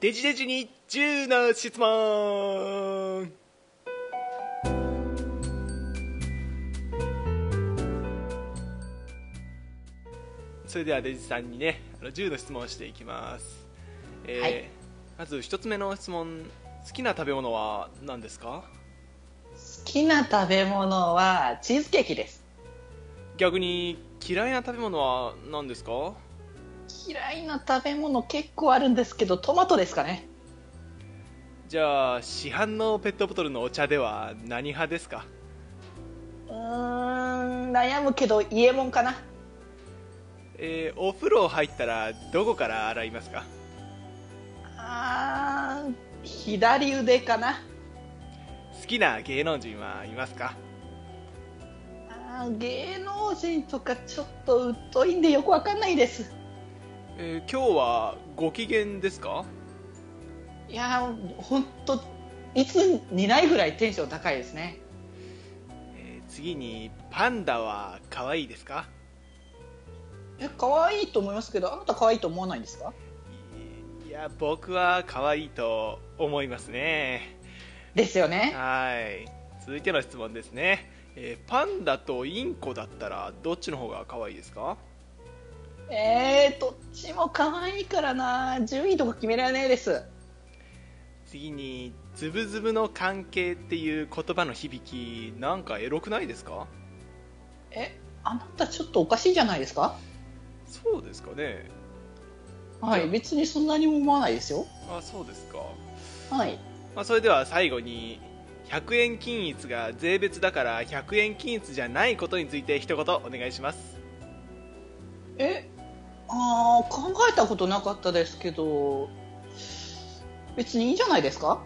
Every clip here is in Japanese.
デジデジに10の質問それではデジさんにねあの10の質問をしていきます、えーはいまず一つ目の質問好きな食べ物は何ですか好きな食べ物はチーズケーキです逆に嫌いな食べ物は何ですか嫌いな食べ物結構あるんですけどトマトですかねじゃあ市販のペットボトルのお茶では何派ですかうーん悩むけど家もんかなえーお風呂入ったらどこから洗いますかあー左腕かな好きな芸能人はいますかあー芸能人とかちょっと疎いんでよくわかんないですえー今日はご機嫌ですかいやーほんといつにないぐらいテンション高いですねえー次にパンダは可愛いですかえ可愛いと思いますけどあなた可愛いと思わないんですかいいや僕は可愛いと思いますねですよねはい続いての質問ですね、えーパンダとインコだったらどっちの方が可愛いですかえー、どっちも可愛いからな順位とか決められないです次にズブズブの関係っていう言葉の響きなんかエロくないですかえあなたちょっとおかしいじゃないですかそうですかねはい別にそんなにも思わないですよあそうですか、はいまあ、それでは最後に100円均一が税別だから100円均一じゃないことについて一言お願いしますえあー考えたことなかったですけど別にいいじゃないですか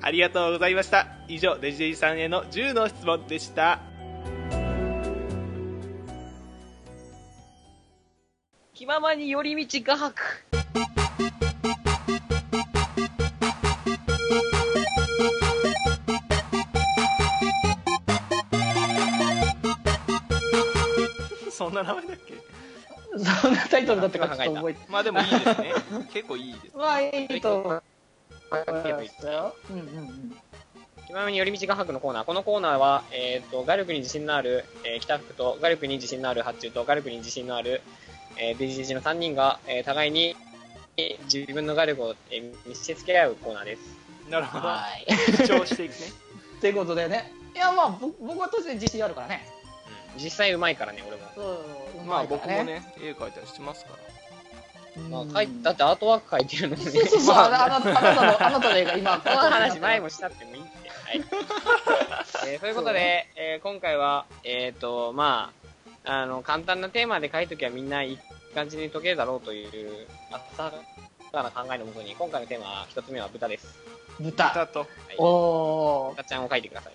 ありがとうございました以上デジデジさんへの10の質問でした気ままに寄り道画伯そんな名前だっけそんなタイトルだったからちょっと覚えてまあでもいいですね結構いいですまあいいと思いますよ、うんうんうん、気ままに寄り道画伯のコーナー。このコーナーは、えっ、と、画力に自信のある、えー北福と、画力に自信のある発注と、画力に自信のある、えーデジデジの3人が、えー互いに、えー自分の画力を、えー見せつけ合うコーナーです。なるほどはい主張していくねということでねいやまあぼ僕は当然自信あるからね実際うまいからね、俺も。そうまあ僕もね絵描いたりしてますからまあ、書いだってアートワーク書いてるのに、ね。そうそうそう、 まあ、あなたあなたのあなたの映画 今ここの 話前もしたってもいいって。はい。えー、ということで、えー今回は、えっ、と、まあ、あの、簡単なテーマで書いときはみんないい感じに解けるだろうという、浅から考えのもとに、今回のテーマは一つ目は豚です。豚だとおお豚ちゃんを書いてください。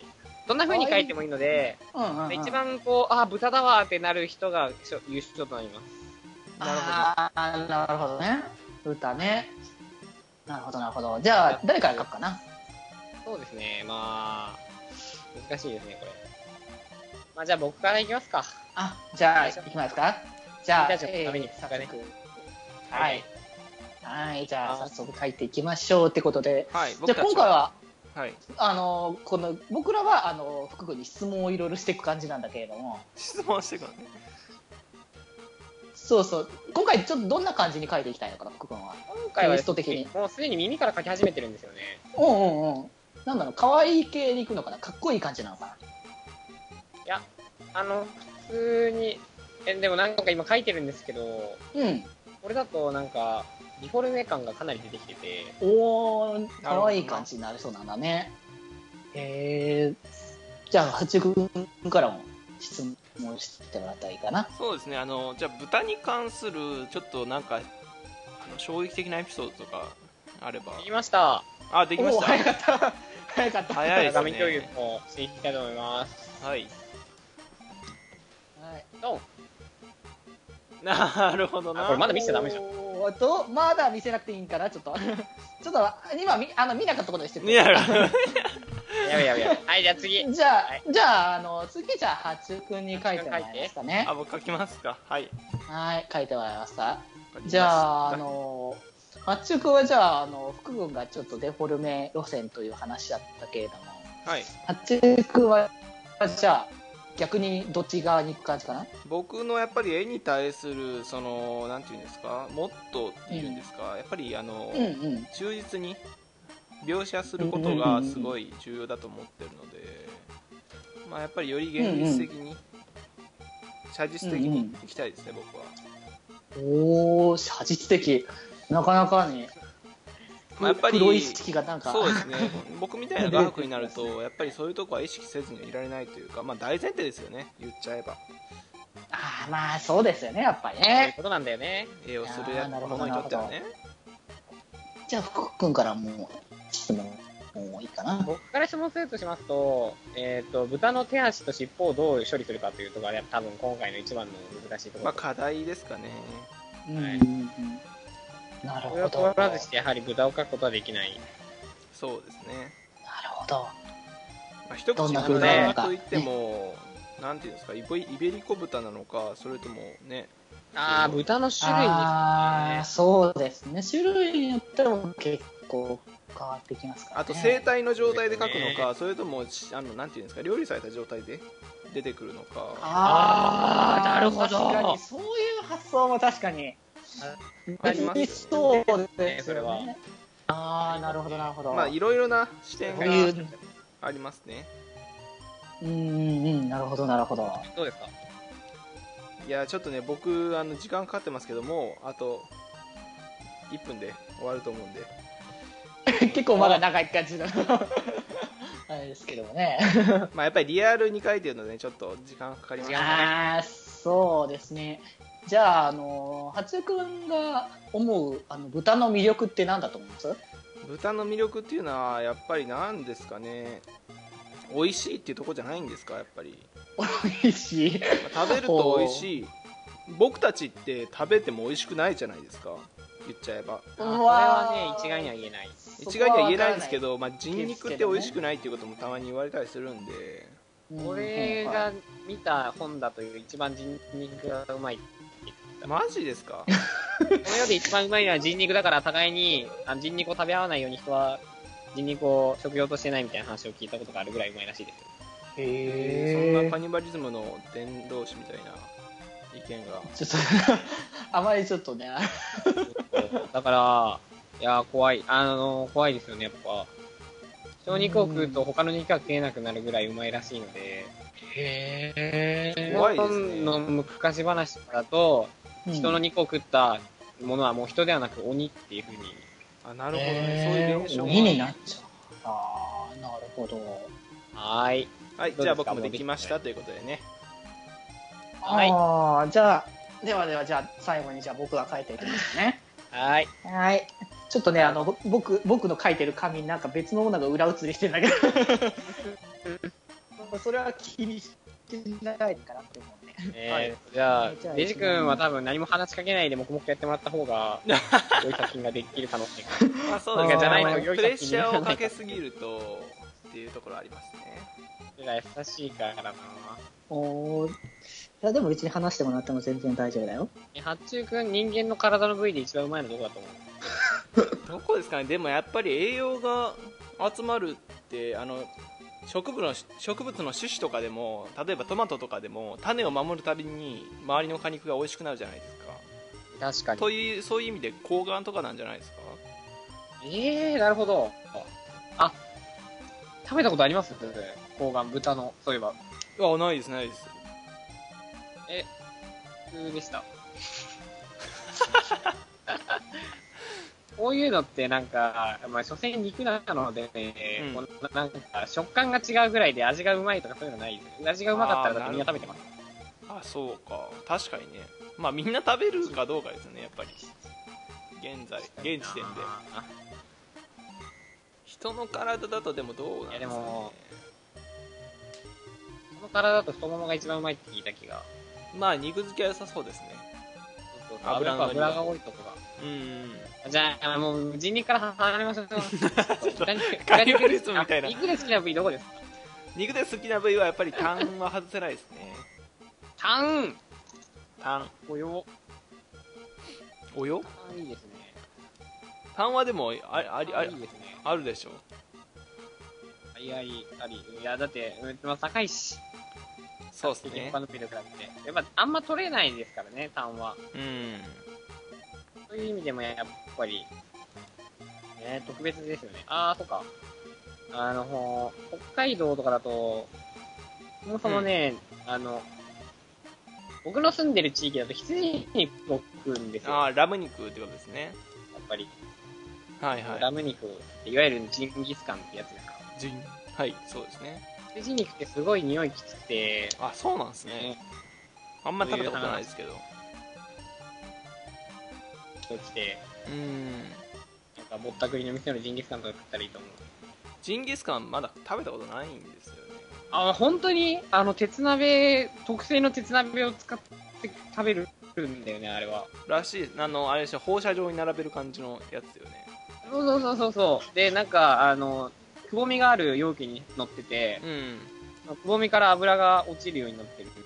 どんな風に書いてもいいので、ー、うんうんうん、一番こう、あー、豚だわーってなる人がしょ優勝となります。あーなるほどね歌ねなるほどなるほどじゃあ誰から書くかなそうですね、まあ、難しいですね、これ。まあ、じゃあ僕からいきますか。あじゃあいきますかじゃあ、君たちのために早速ははいいはいじゃあ早速書いていきましょうってことではいじゃあ今回ははいあのこの僕らはあの福君に質問をいろいろしていく感じなんだけれども質問してくるねそうそう今回ちょっとどんな感じに書いていきたいのかな福君は今回はですねテイスト的にもうすでに耳から書き始めてるんですよね。うんうんうんなんだろう可愛い系に行くのかなかっこいい感じなのかないや、あの、普通に、え、でもなんか今書いてるんですけど、うんこれだとなんか、ディフォルメ感がかなり出てきてて、おお可愛い感じになりそうなんだねへえじゃあ八君からも質問してもらったらいいかなそうですねあのじゃあ豚に関するちょっとなんかあの衝撃的なエピソードとかあれば言いました。あできましおー早たかった早かったは早いです画面共有ねもしていきたいと思います。はいいドンなるほどあなこれまだ見せちゃダメじゃん。おーっとまだ見せなくていいんかなちょっと ちょっと今みあの見なかったことにしていや やべやべやべ。はい、じゃあ次。じゃあ、はいじゃああの次じゃあ八君に書いてもらいますかねあ僕書きますかはいはい書いてもらいました書きますじゃあ、あのマッチュ君はじゃあ、あの、福君がちょっとデフォルメ路線という話だったけれども、はいマッチュ君は、じゃあ、逆にどっち側に行く感じかな僕のやっぱり絵に対するそのなんていうんですかもっとっていうんですか、やっぱりあの、うんうん。忠実に描写することがすごい重要だと思ってるので、まあ、やっぱりより現実的に、写実的にいきたいですね、僕は、おー、写実的。なかなかに。まあ、やっぱり黒い意識がなんか、そうですね僕みたいな画伯になるとやっぱりそういうとこは意識せずにはいられないというか、まあ、大前提ですよね言っちゃえばああ、まあそうですよね、やっぱりそういうね。ことなんだよね。絵をするいやーなるほど者にとってはねじゃあ、福君からもう、質問、もういいかな。僕から質問するとしますと、えっ、と、豚の手足と尻尾をどう処理するかというところが多分今回の一番の難しいとこまあろ。課題ですかねうんうんうん。なるそれをほ問ど。なわるずして、やはり豚を描くことはできない。そうですねほど。まあ、一口どんにな豚風なのかといっても、なんていうんですかイボイイベリコ豚なのかそれともねああ、豚の種類に。ああ、そうですね。種類によっても結構変わってきますから、ね。あと生体の状態で描くのか、ねそれともしあのなんていうんですか料理された状態で出てくるのかああーなるほど確かに、そういう発想も確かに。ありますよねそうですよね。それはああ、なるほど、なるほど。まあいろいろな視点こがういう、ありますねうんうんうん、なるほど、なるほど。どうですかいやちょっとね僕あの時間かかってますけどもうあと1分で終わると思うんで結構まだ長い感じのあれですけどもね。まあやっぱりリアルに描いてるので、ね、ちょっと時間かかりますねああ、そうですね。じゃあ、あの、初くんが思うあの豚の魅力って何だと思います 豚の魅力っていうのはやっぱり何ですかね美味しいっていうとこじゃないんですかやっぱり美味しい。食べると美味しい僕たちって食べても美味しくないじゃないですか言っちゃえばあーこれうわーはね、一概には言えない。一概には言えないんですけど。ど、まあ、人肉って美味しくないっていうこともたまに言われたりするんでうん俺が見た本だという一番人肉がうまい。マジですかこの世で一番うまいのは人肉だから互いにあ人肉を食べ合わないように人は人肉を食用としてないみたいな話を聞いたことがあるぐらいうまいらしいですよ。そんなカじ。ニバリズムの伝道師みたいな意見がちょっとあまりちょっと ね、だから、いやー怖い。あのー怖いですよね、やっぱ。小肉を食うと他の肉が食えなくなるぐらいうまいらしいので。へえ。怖いですね日本の昔話だと、人の肉を食ったものはもう人ではなく鬼っていうふうに。あなるほどね、そういう現意に象なっちゃう。ああ、なるほど。はーい。がはいじゃあ僕もできましたということでねはいああ、じゃあ、ではでは、じゃあ、最後に、じゃあ、僕が書いていきますね。はーい。はい。ちょっとね、あの、ぼ僕、僕の書いてる紙になんか別のものが裏写りしてん だけど。それは気にしないかなって思うね。えーはいじゃあじゃあ、デジ君は多分何も話しかけないで黙々とやってもらった方が、良い作品ができる可能性が。 まあそですねじゃないまあとプレッシャーをかけすぎるとっていうところありますね俺ら優しいからな。おお。いや、でも、うちに話してもらっても全然大丈夫だよ。え、八中君、人間の体の部位で一番うまいのどこだと思うどこですかねでもやっぱり栄養が集まるってあの植物の植物の種子とかでも例えばトマトとかでも種を守るたびに周りの果肉が美味しくなるじゃないですか確かというそういう意味で抗がんとかなんじゃないですかに。ええー、なるほど。あ、食べたことあります抗がん、豚の、そういえば。いやないですないです普通でした。こういうのってなんか、まあ、所詮肉なので、うんこんななんか食感が違うぐらいで味がうまいとかそういうのないです味がうまかったらだってみんな食べてます。あそうか確かにねまあみんな食べるかどうかですねやっぱり現在現時点であ人の体だとでもどうなんですか、ね、いやでもこの体だと太ももが一番うまいって聞いた気が。まあ肉付きは良さそうですねそうそうそう油油のがりが油が多いとこが。うんじゃあ、もう、人肉から離れましょう。カニバリズムみたいな肉で好きな部位どこですか肉で好きな部位はやっぱりタンは外せないですねタンタンおよ。およタンいいですね。 3話でもあありあいいりですね。あるでしょありあり、あり。いや、だって、うん、まあ、高いし。そうですね他のピルクラって。やっぱ、あんま取れないですからね、単は。うんそういう意味でも、やっぱり、ね、特別ですよね。あー、そっか。あの、ほ北海道とかだと、そもそもね、あの、僕の住んでる地域だと羊肉を食うんですよ。あやっあラム肉ってことですねぱり、はいはラム肉って、いわゆるジンギスカンってやつですか。いジンはいそうですね羊肉ってすごい匂いきつくて、あそうなんですねあんま食べたことないですけどそうして、うんなんかぼったくりの店のジンギスカンとか食ったらいいと思う。ジンギスカンまだ食べたことないんですよねあ、本当に、あの、鉄鍋、特製の鉄鍋を使って食べるんだよね、あれは。らしいあのあれでしょ放射状に並べる感じのやつよねそうそうそうそうそう。で、なんか、あの、くぼみがある容器に乗ってて、うんくぼみから油が落ちるようになってるんだよ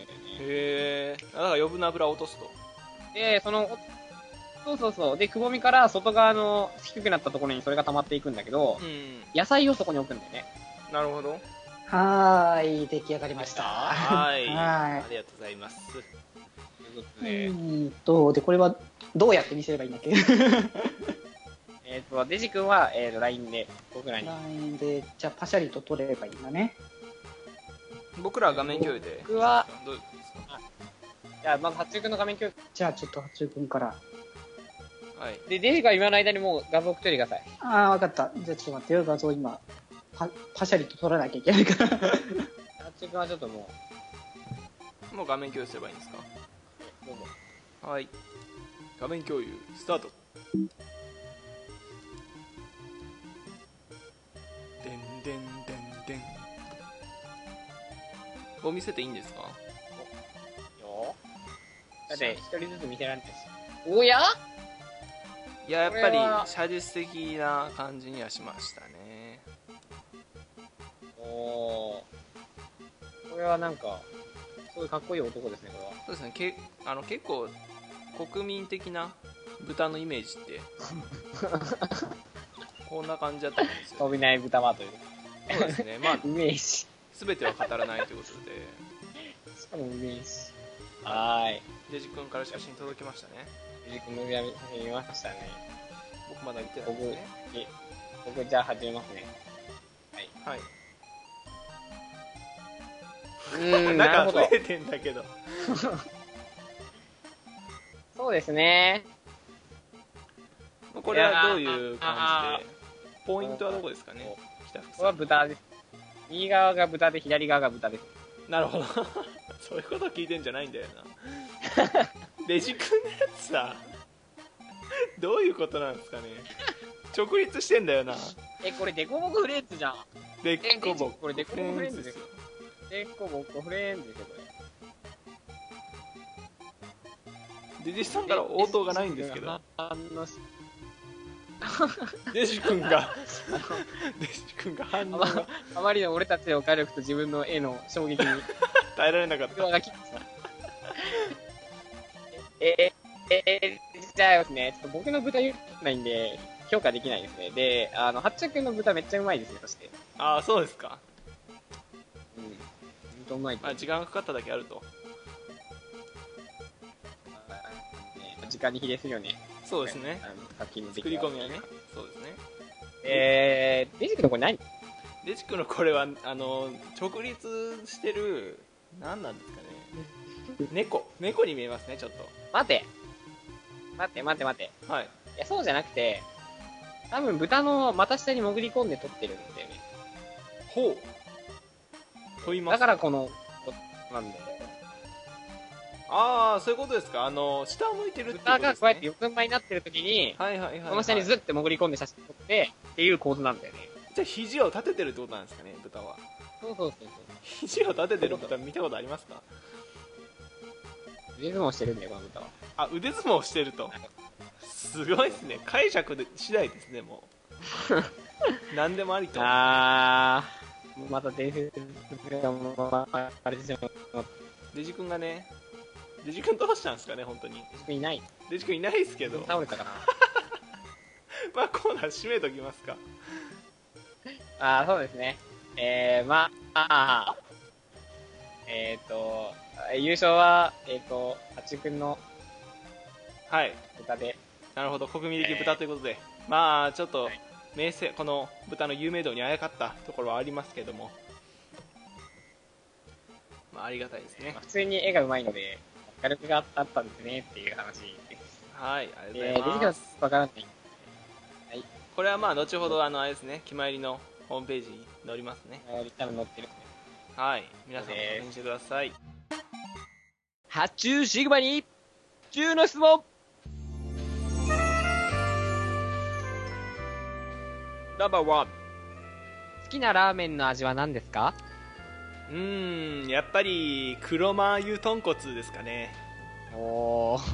ね。へえだから余分な油を落とすとで、その、そうそうそう。で、くぼみから外側の低くなったところにそれが溜まっていくんだけど、うん野菜をそこに置くんだよね。なるほどはーい、出来上がりまし た。はいはいありがとうございますということうで、ーんと、で、これはどうやって見せればいいんだっけえっ、と、デジ君は、えっ、と、LINE で、僕らに。 ?LINE で、じゃあパシャリと撮ればいいんだね。僕らは画面共有で僕は、どうですかじゃあ、まず、八中君の画面共有。じゃあちょっと八中君から。はいで、デジが今の間にもう画像送っといてください。ああ、わかった。じゃあちょっと待ってよ、画像今。パパシャリと撮らなきゃいけないから。八中君はちょっとももう画面共有すればいいんですかう、どうぞ。はい画面共有スタートでんでんでんでんもう見せていいんですかよだって、一人ずつ見せられないし。おやいややっこぱれりは写実的な感じにはしましたねおー。これはなんか、すごいかっこいい男ですね、これは。そうですねけあの結構国民的な豚のイメージってこんな感じだったん ですよ飛びない豚はという。そうですねまあイメージ。全ては語らないということでしかもイメージ。はーい。デジ君から写真届きましたねデジ君の画面見ましたね。僕まだ見てないですねえ僕、じゃあ始めますね。はいうーん、なるなほんかど増。えてんだけどそうですね。これはどういう感じでポイントはどこですかね北福こさこはん豚です。右側が豚で、左側が豚です。なるほど そういうこと聞いてんじゃないんだ よなデジ君のやつさどういうことなんですかね直立してんだよなえ、これデコボコフレーズじゃん。でっこぼっこれデコボコフレンズですすよよデコボコフレーズですよ、こデれ。ジさんから応答がないんですけどあの、しデジ君がデジ君が反応があまりの俺たちの火力と自分の絵の衝撃に、耐えられなかったドアが切ってしまう。え、え、え、じゃあですね、ちょっと僕の豚言ってないんで、評価できないですね。で、あの、八中君の豚めっちゃうまいですね、そして。ああそうですかうん。ほんとうまいとま思あう。時間がかかっただけあるとね時間に比例するよね。そうですねあの、作品の出来作はり込みはね。そうですねえー、デジ君のこれ何デジ君のこれはあの直立してる何なんですかね猫猫に見えますねちょっと待て待って待って待って。はいいや、そうじゃなくて、多分豚の股下に潜り込んで撮ってるんだよね。ほうと言いまだすからこの、こなんだよ。ああそういうことですかあの下を向いてるっていうこと豚がでこす、うやってね、四つん這いになってる時に、はいはいはい、はい、その下にずって潜り込んで写真撮って、っていう構図なんだよね。じゃあ肘を立ててるってことなんですかね豚はそうそうそう肘を立ててる豚見たことありますかそう。腕相撲してるんだよ、この豚は。あ腕相撲をしてるとすごいですね解釈で次第ですねも う何でもありとあー、また伝説があれでしょ、デジ君がねデジ君どうしたんですかね本当に自分いない。デジ君いないですけど倒れたかな。まあコーナー締めときますかあーそうですね。えー、まあ、えっ、ー、と、優勝は、えっ、ー、と、あちくんのはい豚で、なるほど国民的豚ということで、まあちょっとはい名声この豚の有名度にあやかったところはありますけどもまあありがたいですねまあ普通に絵がうまいので、明るくがあったんですねっていう話です。はいありえがとうー、ご出てざいまきたす、わからない。これはまあ後ほどあのあれですね決まりのホームページに載りますねあー多分載ってる。はい皆さんも確認してください発注シグマに、中の質問ナンバーワン。好きなラーメンの味は何ですかうーんやっぱり黒麻油豚骨ですかねおー。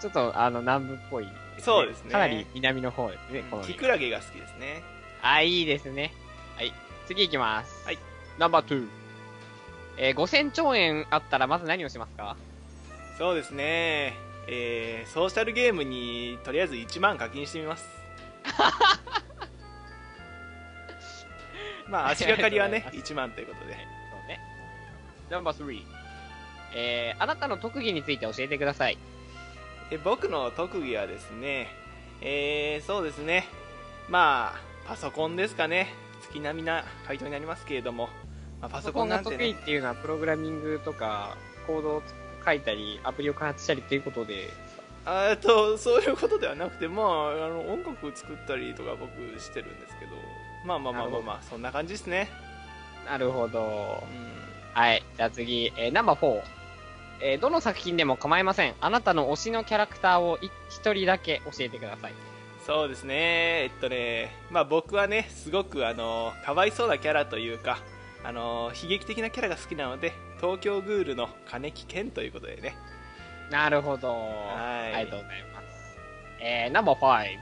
ちょっと、あの、南部っぽいですね、そうですねかなり南の方ですね、この。キクラゲが好きですねあ、いいですね。はい。次行きます。はい。ナンバー2。えー、5000兆円あったらまず何をしますかそうですねえー、ソーシャルゲームにとりあえず1万課金してみます まあ足がかりはねあり1万ということでそうね。ナンバー3。えー、あなたの特技について教えてください。え僕の特技はですねえー、そうですねまあパソコンですかね月並みな回答になりますけれども、まあ、パパソソココンンながんて得ね意っていうのは、プログラミングとか、コードを書いたり、アプリを開発したりっていうことで、あえっとそういうことではなくて、まあ、あの音楽作ったりとか僕してるんですけどまあまあまあまあまあそんな感じですね、なるほどう。ん、はい。じゃあ次、えー、ナンバー4。えー、どの作品でも構いません。あなたの推しのキャラクターをい一人だけ教えてください。そうですねえっとね、まあ、僕はねすごくあのかわいそうなキャラというかあの悲劇的なキャラが好きなので東京グールの金木健ということでねなるほど。はいありがとうございます。えー、ナンバー5。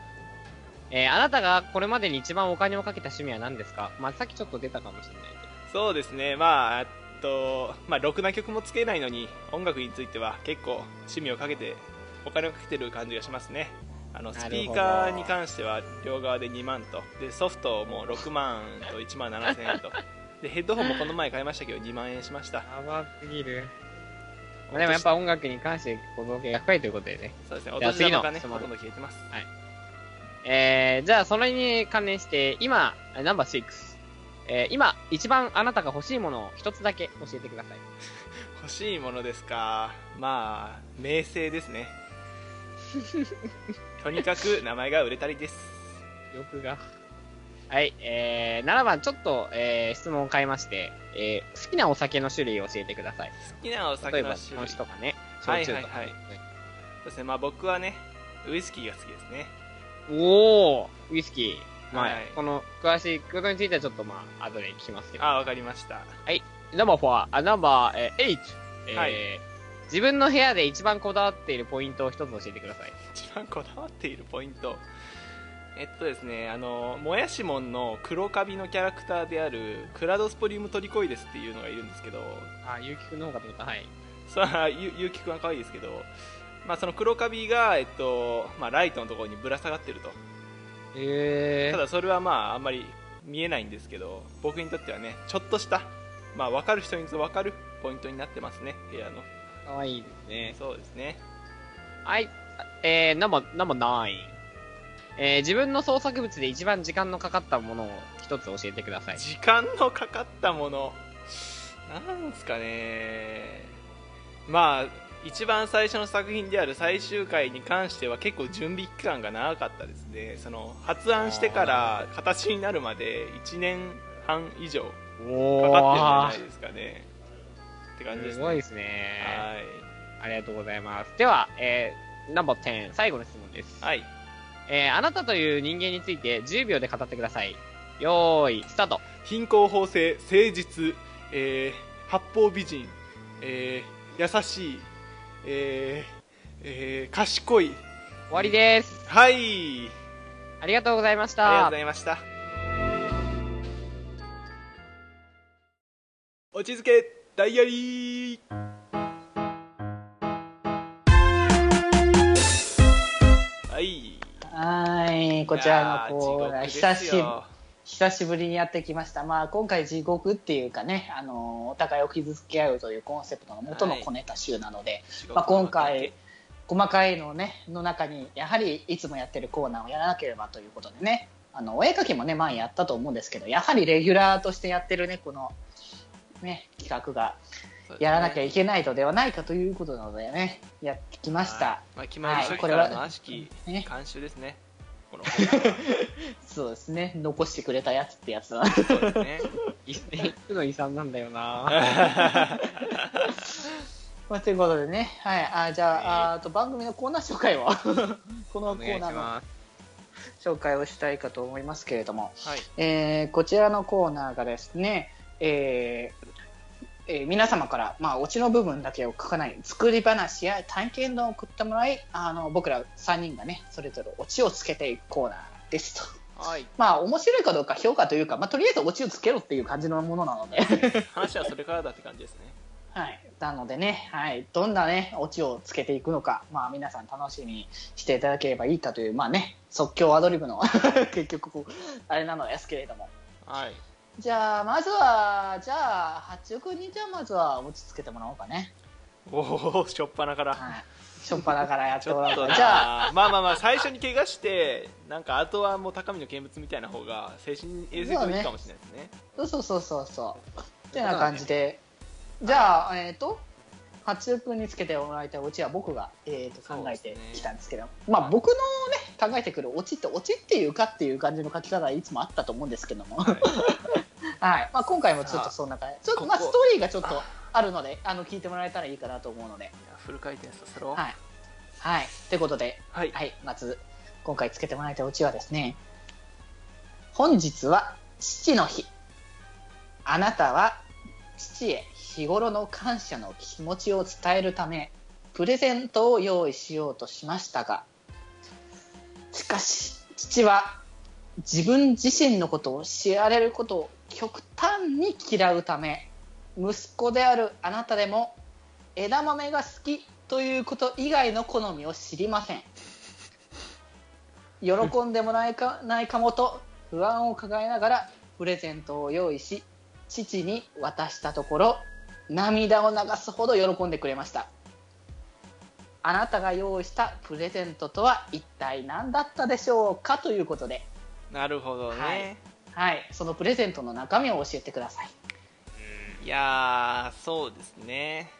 えー、あなたがこれまでに一番お金をかけた趣味は何ですかまあ、さっきちょっと出たかもしれないけど。そうですねまあえっとまあろくな曲もつけないのに音楽については結構趣味をかけてお金をかけてる感じがしますねあのなるスほどピーカーに関しては両側で2万とでソフトも6万と1万7000円とでヘッドホンもこの前買いましたけど2万円しましたやばすぎる。まあ、でもやっぱ音楽に関して小動系が深いということでね。そうですねおじゃあ年玉がね次ほのとんど消えてますえー、じゃあそれに関連して、今、えナンバー6。えー、今、一番あなたが欲しいものを一つだけ教えてください。欲しいものですかまあ名声です ねとにかく名前が売れたりです欲が。はい、えー、7番、ちょっと、えー、質問を変えまして、えー、好きなお酒の種類を教えてください。好きなお例酒えのば、種類酒とかね、はい焼はいはい酎とか、ね。そうですね、まあ僕はね、ウイスキーが好きですね。おー、ウイスキー。まあ、はいこの、詳しいことについてはちょっと、まあ、後で聞きますけど。ああ、わかりました。ナンバー4、あ、ナンバー、えー、8。えーはい自分の部屋で一番こだわっているポイントを一つ教えてください。一番こだわっているポイント。えっとですね、あの、もやしもんの黒カビのキャラクターである、クラドスポリウムトリコイデスっていうのがいるんですけど、あ、ゆうきくんの方かと思った。はい。さあ、ゆゆうきくんは可愛いですけど、まあその黒カビが、えっと、まあライトのところにぶら下がってると。えただそれはまああんまり見えないんですけど、僕にとってはね、ちょっとした、まあわかる人にぞわかるポイントになってますね、部屋の。ー、かわいいですね。そうですね。はい。えー、ナンバー、ナンバー9。えー、自分の創作物で一番時間のかかったものを一つ教えてください。時間のかかったものなんすかねまあ一番最初の作品である最終回に関しては結構準備期間が長かったですねその発案してから形になるまで1年半以上かおかってるんじゃないですかねって感じですすねごいですね。はありがとうございます。では、えー、ナンバー10、最後の質問です。い、はい、えー、あなたという人間について10秒で語ってください。よーい、スタート。貧困法制誠実、えー八方美人、えー優しい、えーえー賢い終わりです。はいありがとうございましありがとうごたざ。いました。落ち着けダイアリーはい。はーい、こちらのコーいやナーー、地獄で久すしぶりよ久しぶりにやってきました。まあ、今回地獄っていうかね、あの、お互いを傷つけ合うというコンセプトの元の小ネタ集なので、地獄のまあ、今回竹、細かいのね、の中に、やはりいつもやってるコーナーをやらなければということでね、あの、お絵描きもね、前やったと思うんですけど、やはりレギュラーとしてやってるね、この、ね、企画がやらなきゃいけないのではないかということなのでね、やってきました。はいまあ、決まりは初い期こかれはらの悪しきね監修ですね。このそうですね、残してくれたやつってやつだな。そうですね。 いつの遺産なんだよな まあ、ということでね、はい、あじゃあ,あ、あと番組のコーナー紹介を このおコ願いーしナーのます。紹介をしたいかと思いますけれども、はい。えーこちらのコーナーがですね、えーえー皆様から、まあ、オチの部分だけを書かない作り話や体験談を送ってもらいあの僕ら3人がねそれぞれオチをつけていくコーナーですと。はい。まあ面白いかどうか評価というか、まあ、とりあえずオチをつけろっていう感じのものなので、話はそれからだって感じですね。はい、なのでね、はい、どんなね、オチをつけていくのか、まあ皆さん楽しみにしていただければいいかという、まあね、即興アドリブの 結局こう、あれなのですけれども。はい。じゃあ、まずは、じゃあ、八中君にじゃあまずはオチつけてもらおうかね。おお、しょっぱなから。はい。しょっぱなからやっちてもょらっおうとかなら。じゃあ、まあまあまあ、最初に怪我して、なんかあとはもう高みの見物みたいな方が精神衛生上いいかもしれないですね。そうそうそうそうそう。ってな感じで。じゃあ、えっ、と、八中君につけてもらいたいオチは僕が、えー、と考えてきたんですけど、まあ僕のね、考えてくるオチってオチっていうかっていう感じの書き方はいつもあったと思うんですけども、 はい。はいまあ今回もちょっとそんな感じ。ちょっとまあここストーリーがちょっとあるので、あの、聞いてもらえたらいいかなと思うので、フル回転させろ。はい。はい。ということで、はい。はい、まず、今回つけてもらいたいオチはですね、本日は父の日。あなたは父へ日頃の感謝の気持ちを伝えるため、プレゼントを用意しようとしましたが、しかし、父は自分自身のことを知られることを極端に嫌うため、息子であるあなたでも枝豆が好きということ以外の好みを知りません喜んでもらえかないかもと不安を抱えながらプレゼントを用意し父に渡したところ涙を流すほど喜んでくれましたあなたが用意したプレゼントとは一体何だったでしょうかということで、なるほどね。はい、そのプレゼントの中身を教えてくださいい、やー、そうですね。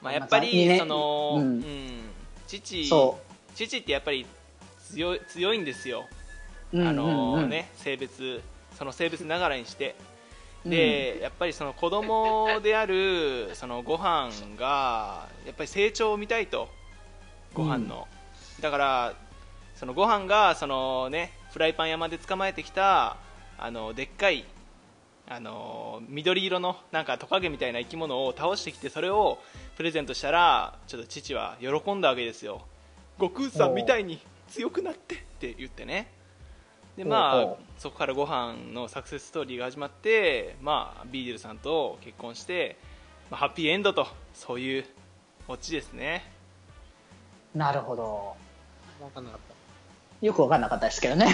まあやっぱまあいいり、ねその、ううんん、父、そ父ってやっぱり強い強いんですよ。う、うんあのうんうんね、性別その性別ながらにして、うんでやっぱりその子供であるそのご飯がやっぱり成長を見たいとご飯の、だからそのご飯がそのねフライパン山で捕まえてきたあのでっかいあの緑色のなんかトカゲみたいな生き物を倒してきてそれをプレゼントしたらちょっと父は喜んだわけですよ悟空さんみたいに強くなってって言ってねでほうまあほうそこからご飯のサクセスストーリーが始まってまあビーデルさんと結婚して、まあ、ハッピーエンドとそういうオチですねなるほどわかんなかった。よくわかんなかったですけ どね。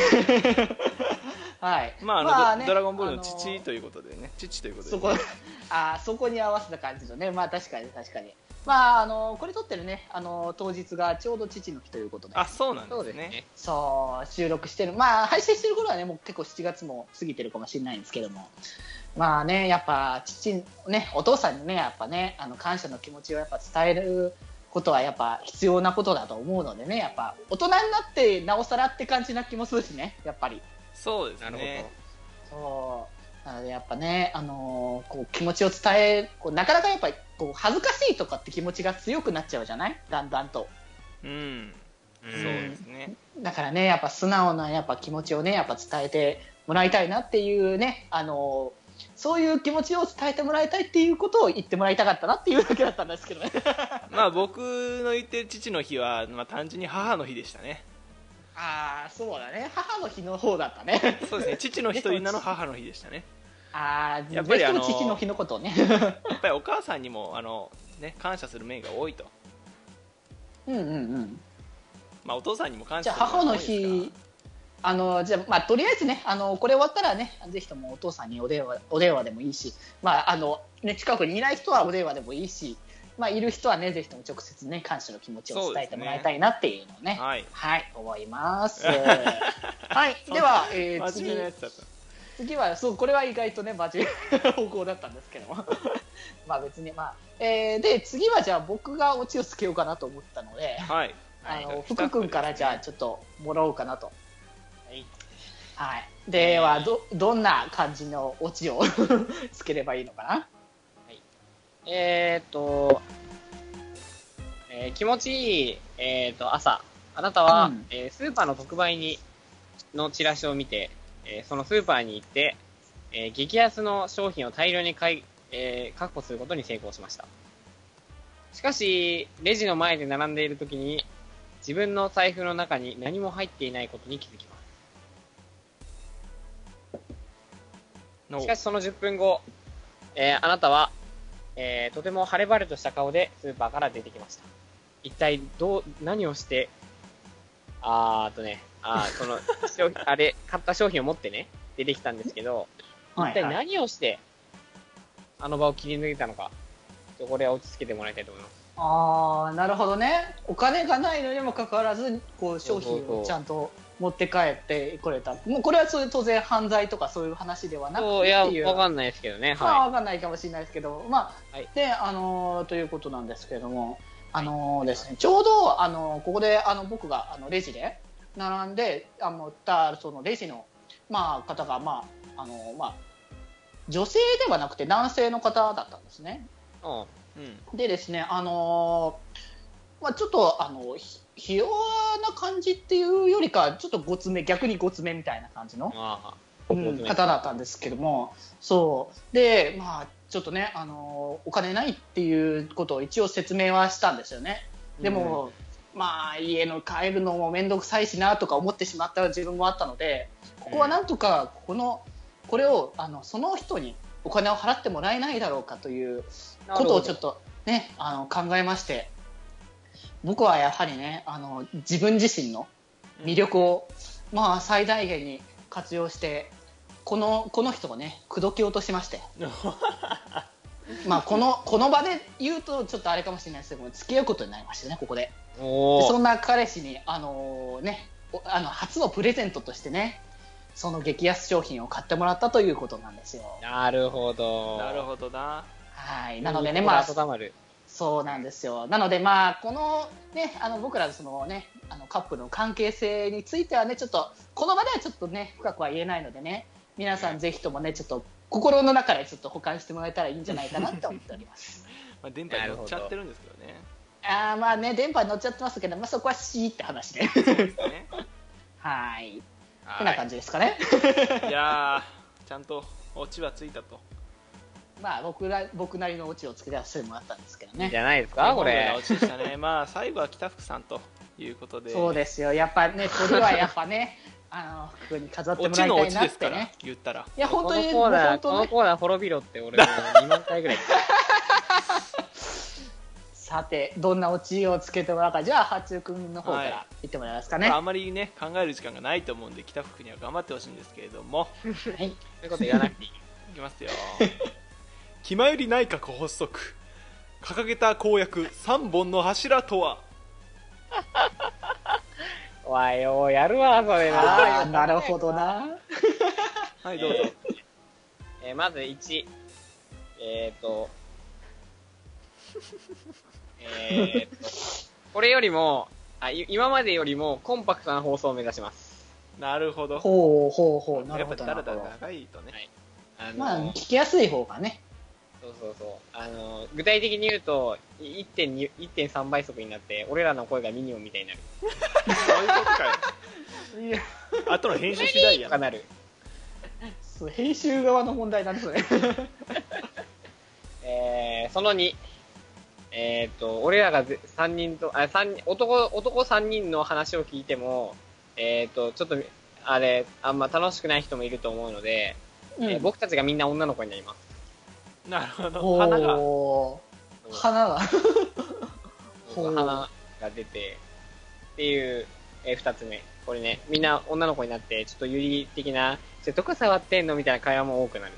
はい。まああの、ドねドラゴンボールのあの父ということでね父ということでそね、こ、 あーそこに合わせた感じのね。まあ確かに確かに。まああの、これ撮ってるね、あの、当日がちょうど父の日ということで。あそうなんですねそうですね。そう、収録してる。まあ配信してる頃はね、もう結構7月も過ぎてるかもしれないんですけども。まあね、やっぱ父、ね、お父さんにね、やっぱね、あの、感謝の気持ちをやっぱ伝える。ことはやっぱ必要なことだと思うのでね、やっぱ大人になってなおさらって感じな気もするしね、やっぱり。そうですなるねそうなのでやっぱね、あのーこう気持ちを伝えこうなかなかやっぱりこう恥ずかしいとかって気持ちが強くなっちゃうじゃないだんだんとうんほそうど。ですねだからねやっぱ素直なやっぱ気持ちをねやっぱ伝えてもらいたいなっていうね、あのーそういう気持ちを伝えてもらいたいっていうことを言ってもらいたかったなっていうだけだったんですけどねまあ僕の言ってる父の日は、まあ、単純に母の日でしたね ああそうだね母の日の方だったねそうですね父の日という名の母の日でしたね ああやっぱりあのーぜひとも父の日のことをねやっぱりお母さんにもあの、ね、感謝する面が多いとうんうんうんまあお父さんにも感じ謝ゃあ母のするのも多い日ですかあのじゃあまあとりあえずねあのこれ終わったらねぜひともお父さんにお電話お電話でもいいしまああのね近くにいない人はお電話でもいいしまあいる人はねぜひとも直接ね感謝の気持ちを伝えてもらいたいなっていうのをねはいはい思いま すはいでは、真えー、面次目なやつだった次はそうこれは意外とね真面目な方向だったんですけ どもまあ別にまあ、えーで次はじゃあ僕がオチをつけようかなと思ったのではいあはいの福君からじゃあちょっともらおうかなとはいはいではどどんな感じのオチをつければいいのかなえーっと、えー気持ちいい、えーっと、朝、あなたは、うんえースーパーの特売に、のチラシを見て、えーそのスーパーに行って、えー激安の商品を大量に買い、えー確保することに成功しました。しかし、レジの前で並んでいる時に、自分の財布の中に何も入っていないことに気づきます。のしかしその10分後、えーあなたは、えーとても晴れ晴れとした顔でスーパーから出てきました。一体どう、何をして、あーあとね、あーその、商 品あれ、買った商品を持ってね、出てきたんですけど、は一体い何をして、あの場を切り抜けたのか、ちょっとこれは落ち着けてもらいたいと思います。ああなるほどねお金がないのにもかかわらずこう商品をちゃんと持って帰ってこれたもうこれはそういう当然犯罪とかそういう話ではなくそう、いてや、っていうわかんないですけどね、まあ、はわかんないかもしれないですけど、まあ、はいで、あのーということなんですけれども、あのーですね、ちょうど、あのーここで、あの、僕が、あの、レジで、並んで、あの、た、その、レジの、まあ、方が、まあ、あのーまあ、女性ではなくて男性の方だったんですね。い。うん。うんでですね、あのーまあ、ちょっと、あの、ひひ弱な感じっていうよりか、ちょっとごつめ、逆にごつめみたいな感じの、あうごつんめ方だったんですけどもそうでまあちょっとねあのお金ないっていうことを一応説明はしたんですよねでも、まあ家の帰るのも面倒くさいしなとか思ってしまった自分もあったのでここはなんとかここのこれをあのその人にお金を払ってもらえないだろうかというなこるとほをちょっとねあの考えまして僕はやはりねあの自分自身の魅力を、まあ、最大限に活用してこのこの人をね口説き落としまして、まあ、このこの場で言うとちょっとあれかもしれないですけども付き合うことになりましたねここでど。でおそーんな彼氏に、あのね、おあの初のプレゼントとしてねその激安商品を買ってもらったということなんですよ。なるほど。 なるど。ほどなはい、なのでね、まあ、温まる。そうなんですよ。なので、まあ、このね、あの、僕らのそのね、あの、カップルの関係性についてはね、ちょっと、この場ではちょっとね、深くは言えないのでね、皆さんぜひともね、ちょっと、心の中でちょっと保管してもらえたらいいんじゃないかなって思っております。まあ電波に乗っちゃってるんですけどねああ、まあね、電波に乗っちゃってますけど、まあそこはしーって話で。 ねはい。はこんな感じですかね。いやーちゃんとオチはついたとまあ、僕ら、僕なりのオチをつけさせてもらったんですけどいいんじね。ゃないですか、こ見事れなオ。チでしたねまあ最後は北福さんということでそうですよ。やっぱね、鳥はやっぱね、あの、服に飾ってオもらチいのたオいチなでっすかてらね。言ったらいや、本当に、このコーナー、本当こねのコーナー滅びろって俺もう2万回ぐらい言っさて、どんなオチをつけてもらうか、じゃあ、八中君の方かはら言ってもらえますかね。まあはあまりね考える時間がないと思うんで北福には頑張ってほしいんですけれど もい、てそういうこと言わなくて いい。いきますよ気前より内閣発足掲げた公約3本の柱とはわいよ、やるわ、それあーな。なるほどな。はいどうぞ、えー。えーまず1。えーっと。えーっと。これよりも、あ、い今までよりもコンパクトな放送を目指します。なるほどほうほうほう、なやるっほぱどなだるらほだらど。長いとね、あのまあ、聞きやすい方がね。そうそうそう。あの、具体的に言うと、い1.2 1.3倍速になって、俺らの声がミニオンみたいになる。 そういうことかよあとの編集次第やとかなる。そう編集側の問題なんですね。えー、その2。えーっと、俺らがぜ三人と、あ、三人、男、男三人の話を聞いても、えーっと、ちょっと、あれ、あんま楽しくない人もいると思うので、うえーん、僕たちがみんな女の子になります。なるほど花がほう。花が。そうほう花が出て、っていう、えー二つ目。これね、みんな女の子になって、ちょっと有利的な、ちょっとどこ触ってんのみたいな会話も多くなる。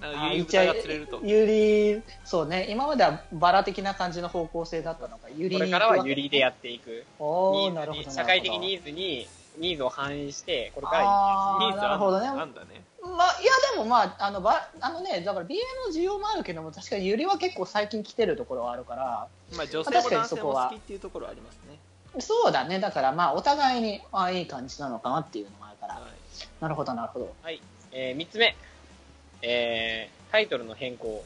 なんあかーユリ豚が釣れるとユリ、そうね、今まではバラ的な感じの方向性だったのが、ユリこれからは有利でやっていく。おニー、なるーほズど。に、社会的なるほどニーズに、ニーズを反映して、これからあニーーズなあるんほどね。あんだねまあ、いや、でもまあ、あの、ば、あのね、だから BA の需要もあるけども、確かにユリは結構最近来てるところはあるから、まあ女性確もかに男そ性こもは好きっていうところはありますねそうだね、だからまあ、お互いに、ああ、いい感じなのかなっていうのもあるから、はいなるほど、なるほ ど。えー、3つ目、えー、タイトルの変更、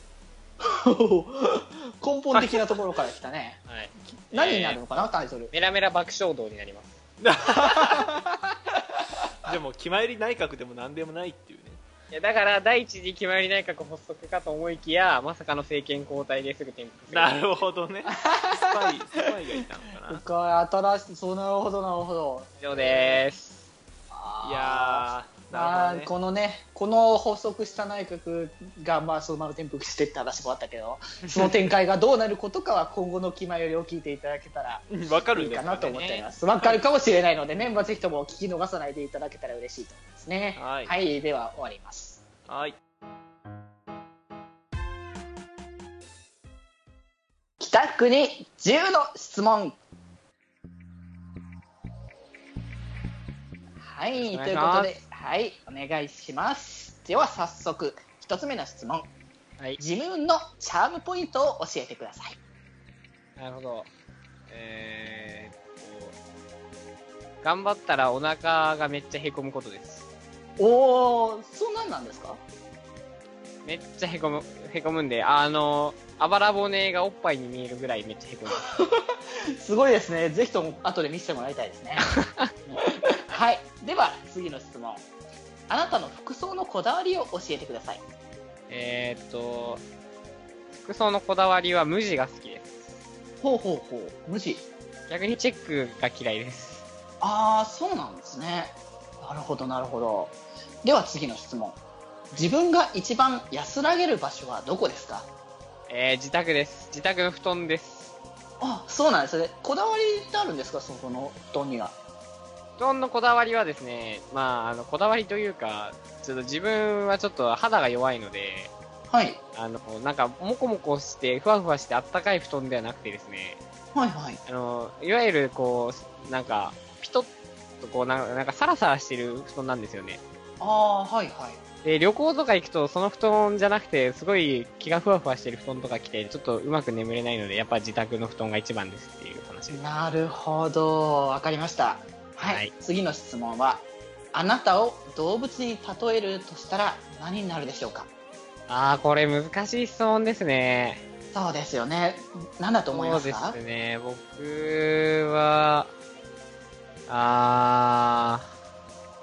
根本的なところから来 たね。はい、何になるのかな、タイトル。メラメラ爆笑道になりますじゃあもう決まり内閣でも何でもないっていうねいやだから第一次決まり内閣発足かと思いきやまさかの政権交代ですぐ転覆するなるほどねスパイスパイがいたの かな深い、新しい、そう、なるほど、なるほど。以上ですいやーまなあ、るほどねこのね、この発足した内閣が、まあ、そのまま転覆してって話もあったけど、その展開がどうなることかは、今後の気前よりを聞いていただけたらうんわかいるんいですかかなねと思っています。わかるかもしれないのでね、まあ、ぜひとも聞き逃さないでいただけたら嬉しいと思いますね。はいはい、では終わります。はい北国10の質問はいといよろしくお願いしうこますとではいお願いしますでは早速一つ目の質問はい自分のチャームポイントを教えてくださいなるほどえー、っと頑張ったらお腹がめっちゃへこむことですおおそんなんなんですかめっちゃへこむへこむんであのあばら骨がおっぱいに見えるぐらいめっちゃへこむすごいですねぜひとも後で見せてもらいたいです ねはいでは次の質問あなたの服装のこだわりを教えてくださいえー、っと服装のこだわりは無地が好きですほうほうほう無地逆にチェックが嫌いですああそうなんですねなるほどなるほどでは次の質問自分が一番安らげる場所はどこですかえー、自宅です。自宅の布団です。あそうなんですねこだわりってあるんですかそこの布団には布団のこだわりはですね、まあ、あの、こだわりというか、ちょっと自分はちょっと肌が弱いので、はいあの、なんか、もこもこして、ふわふわしてあったかい布団ではなくてですね、はいはいあの、いわゆる、こう、なんか、ピトッとこう、なんか、なんかサラサラしてる布団なんですよね。ああーはいはいで、旅行とか行くと、その布団じゃなくて、すごい気がふわふわしてる布団とか着て、ちょっとうまく眠れないので、やっぱ自宅の布団が一番ですっていう話です。なるほどわかりましたはい、はい次の質問はあなたを動物に例えるとしたら何になるでしょうかあー、これ難しい質問ですね。そうですよね何だと思いますかそうですね、僕は、あ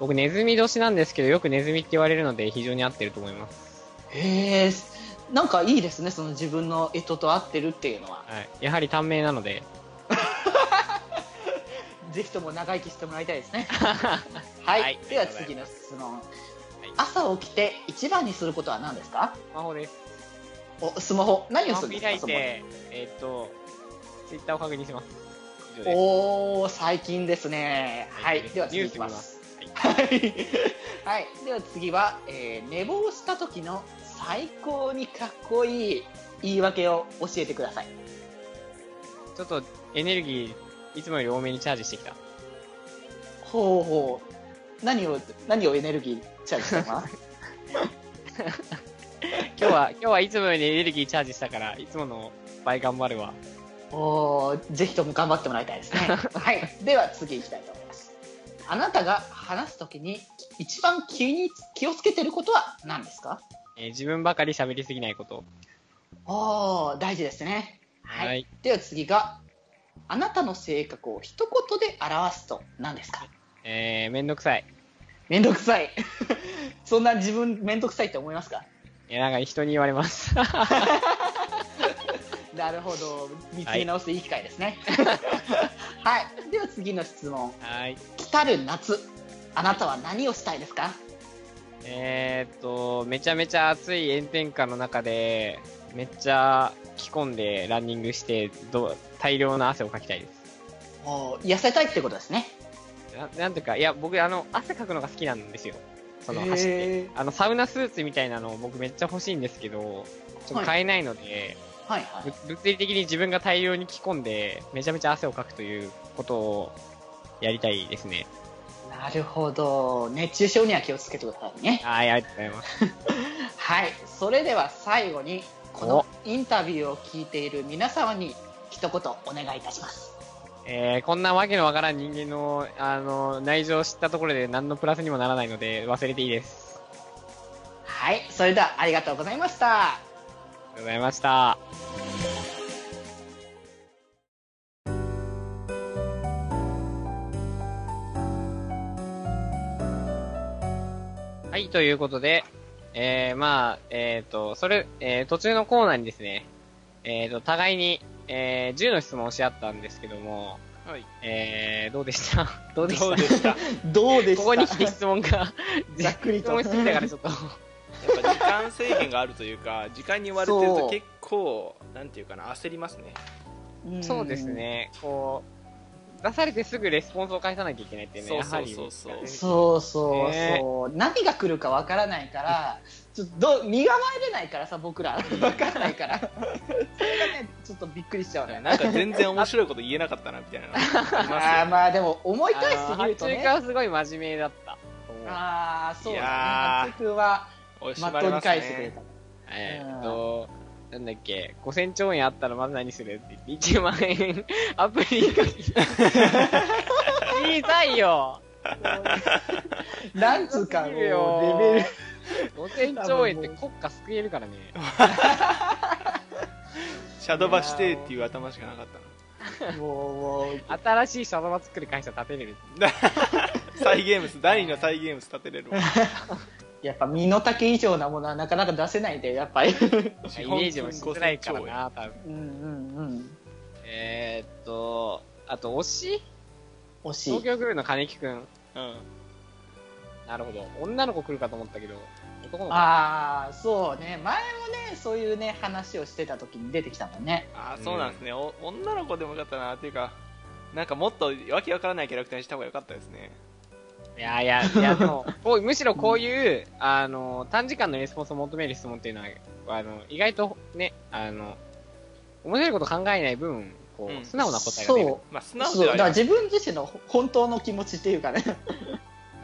ー、僕ネズミ年なんですけど、よくネズミって言われるので非常に合ってると思います。へえなんかいいですねその自分の干支と合ってるっていうのははい。やはり短命なので、ぜひとも長生きしてもらいたいです ね。はい、はいでは次の質問、い朝起きて一番にすることは何ですか。スマホです。お、スマホ、何をするんスマですか。ホ開いスマホて、えーっと、ツイッターを確認します。以上ですおお、最近ですね。はい、最近ではです次いきます。ニュース見まはい、はい、では次は、えー寝坊した時の最高にかっこいい言い訳を教えてください。ちょっとエネルギー、いつもより多めにチャージしてきた。ほうほう、何を、何をエネルギーチャージしてます。 今日は、今日はいつもよりエネルギーチャージしたから、いつもの倍頑張るわ。おーぜひとも頑張ってもらいたい ですね。はい、では次行きたいと思います。あなたが話すときに一番気に気をつけてることは何ですか？えー自分ばかり喋りすぎないこと。おー大事ですね。はい。はいでは次があなたの性格を一言で表すと何ですか？えー、めんどくさい。めんどくさい。 そんな自分めんどくさいって思いますか？いや、なんか人に言われます。 なるほど。見つめ直すいい機会ですね。 はい。では次の質問。はい。来たる夏、あなたは何をしたいですか？えー、っと、めちゃめちゃ暑い炎天下の中で、めっちゃ着込んでランニングして、ど大量の汗をかきたいです。お痩せたいってことですね。ななんていうか、いや、僕、あの、汗かくのが好きなんですよ。その、走って。へーあの、サウナスーツみたいなのを僕めっちゃ欲しいんですけど、ちょっと買えないので、はいはい。ぶ物理的に自分が大量に着込んで、めちゃめちゃ汗をかくということをやりたいですね。なるほど。熱中症には気をつけてくださいね。はい、ありがとうございます。はい、それでは最後にこのインタビューを聞いている皆様に一言お願いいたします。えー、こんなわけのわからん人間の、あの、内情を知ったところで何のプラスにもならないので、忘れていいです。はい、それではありがとうございました。ありがとうございました。はい、ということで、えー、まあ、えっ、と、それ、えー、途中のコーナーにですね、えっ、と、互いに、えー、10の質問をし合ったんですけども、はいえー、どうでした どうでしたどうでしたやっどうでここに来 て質問が、ざっくりと質問しすぎたからちょっと、ぱ時間制限があるというか時間に追われてると結構なんていうかな焦りますねそうです。ね、こう、出されてすぐレスポンスを返さなきゃいけないってね、そうやそはうり。そうそうそうそうそう、ね何が来るかわからないから、ちょっとど身構えれないからさ、僕ら。わからないから。それがね、ちょっとびっくりしちゃうね。なんか全然面白いこと言えなかったなみたいなのありますよあーまあでも、思い返しあすのぎると発注ね家。はすごい真面目だったと思う。ああー、そういだやねー。松井君は、おいしままっれとうまにす返してくれねた。えうんーっと、なんだっけ、5000兆円あったらまず何するって言って、1万円アプリ課金。小さいよ なんつうか、もう、小さレいよベル。 5000兆円って国家救えるからね。シャドバしてっていう頭しかなかったのもう、もう、新しいシャドバ作る会社建てれる。サイゲームス第2のサイゲームス立てれる もんやっぱ身の丈以上なものはなかなか出せないんで、やっぱり。イイメージもしづらいからな、多分。うんうんうん。えーっと、あと、推し惜し東い。京グルーの金木くん。うんなるほど。女の子来るかと思ったけど、男の子。ああ、そうね。前もね、そういうね、話をしてた時に出てきたもんね。あーそうなんですね、お女の子でもよかったなっていうかなんかもっとわけわからないキャラクターにした方がよかったですねいやいや、いや、でも、 こうむしろこういう、あの、短時間のレスポンスを求める質問っていうのは、あの、意外とね、あの、面白いこと考えない分、こうんう、素直な答えが出る。そまあ素う。直そうでだはありからます自分自身の本当の気持ちっていうかね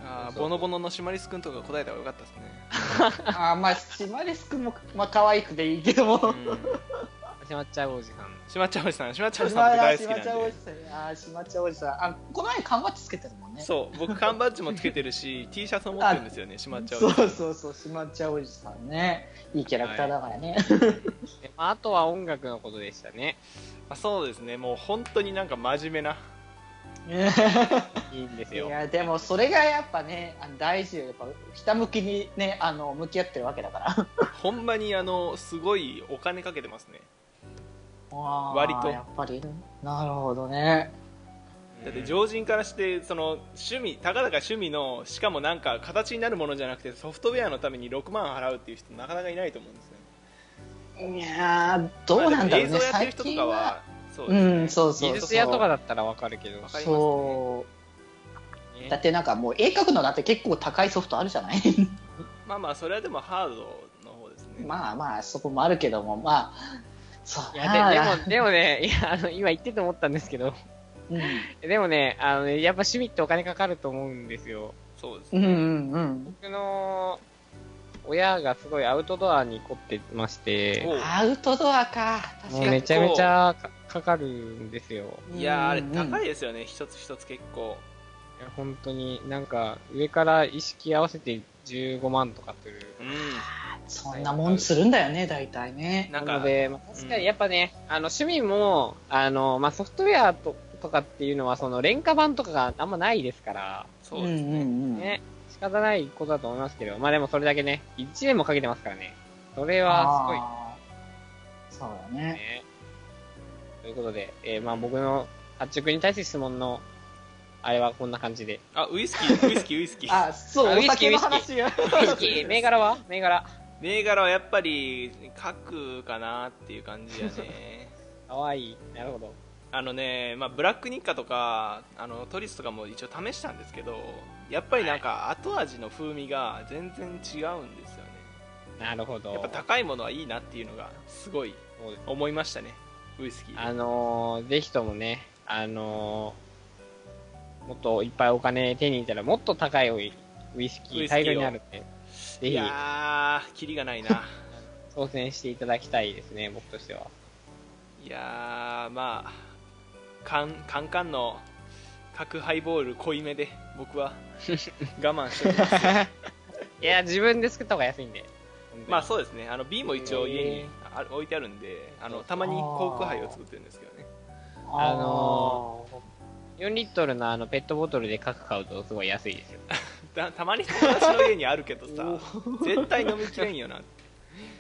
あーボノボノのシマリス君とか答えた方がよかったですね、 あーまあシマリス君もまあ可愛くていいけども、うん、始まっちゃうおじさん。シマチャおじさんシマチャおじシさんマ僕大好シきマなんちゃんおでじさんあーシマちゃんおじさんあこの前缶バッジつけてるもんねそう僕缶バッジもつけてるし T シャツも持ってるんですよねシマチャおそうじさんそうそうシマちゃんおじさんねいいキャラクターだからね、でまあ、あとは音楽のことでしたね。まあそうですねもう本当になんか真面目な いいんですいよ。やでもそれがやっぱねあの大事よやっぱひたむきにねあの向き合ってるわけだからほんまにあのすごいお金かけてますね 割とやっぱりなるほどねだって常人からしてその趣味たかだか趣味のしかもなんか形になるものじゃなくてソフトウェアのために6万払うっていう人なかなかいないと思うんですねいやーどうなんだろうまあでもね映像やってる人とかはそううですねんそうそうそう技術屋とかだったらわかるけどわ。かりますねそうだねってなんかもう絵描くのだって結構高いソフトあるじ ゃないまあまあそれはでもハードの方ですね、まあまあそこもあるけどもまあそういいや、ででも、でもね、い や、あの、今言ってて思ったんですけど、でも、でもね、あのね、やっぱ趣味ってお金かかると思うんですよ。そうですうね、ん、うんうん僕の親がすごいアウトドアに凝ってまして、おううんアウトドアか確もかうにめちゃめちゃかかかるんですよ。いやーあれうん高いですよね、一つ一つ結構いや本当になんか上から意識合わせて15万とかする。うんそんなもんするんだよね大体ねなんなかので、まあ、確かにやっぱね、あの趣味も、あの、まあ、ソフトウェアととかっていうのはその廉価版とかがあんまないですから、そうですね、んうんうん、ね、仕方ないことだと思いますけど、まあでもそれだけね、1年もかけてますからね。それはすごあいーそうだねね。ということで、えーまあ僕の発注に対する質問の、あれはこんな感じで。あウイスキーウイスキーウイスキ ーあそうあお酒の話が銘柄は銘柄。銘柄はやっぱり書くかなっていう感じやね かわいい。なるほど。あのね、まあ、ブラック日課とかあのトリスとかも一応試したんですけどやっぱりなんか後味の風味が全然違うんですよねなるほど。やっぱ高いものはいいなっていうのがすごいそうです思いましたねウイスキーあのー、ぜひともね、あのー、もっといっぱいお金手に入れたら、もっと高いウイウイスキウイスキーーを大量にあるんで、ぜいひやーキリがないな 挑戦していただきたいですね、僕としては。いやーまあカンカンカンの角ハイボール濃いめで僕は我慢しておりますいや、自分で作った方が安いんで。まあそうですねあの瓶も一応家にあ置いてあるんであのたまにコークハイを作ってるんですけどね あの4リットルのあのペットボトルで角買うとすごい安いですよ。たたま に友達の家にあるけどさ絶対飲みきれんよな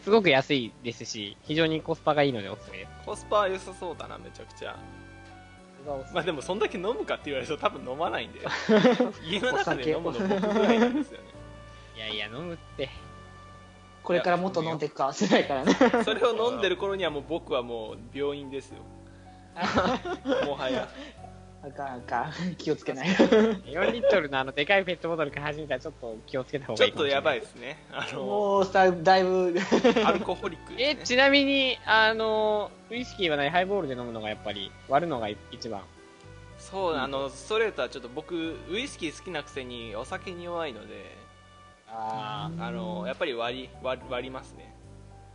すごく安いですし、非常にコスパがいいのでおすすめです。コスパは良さそうだなめちゃくちゃまあでもそんだけ飲むかって言われると多分飲まない んで家の中で飲むの僕ぐらいなんですよねいやいや、飲むって。 これからもっと飲んでいくか忘れないからねそれを飲んでる頃にはもう僕はもう病院 ですよもはやあかんあか ん気をつけない4リットルのあのでかいペットボトルから始めたらちょっと気をつけた方ちがょいっいとやばい。いですねあのもうさだいぶアルコホリックでえ、すねちなみに、あの、ウイスキーはないハイボールで飲むのがやっぱり、割るのが一番。そうあのストレートはちょっと僕ウイスキー好きなくせにお酒に弱いのでああのやっぱり割り割割りますね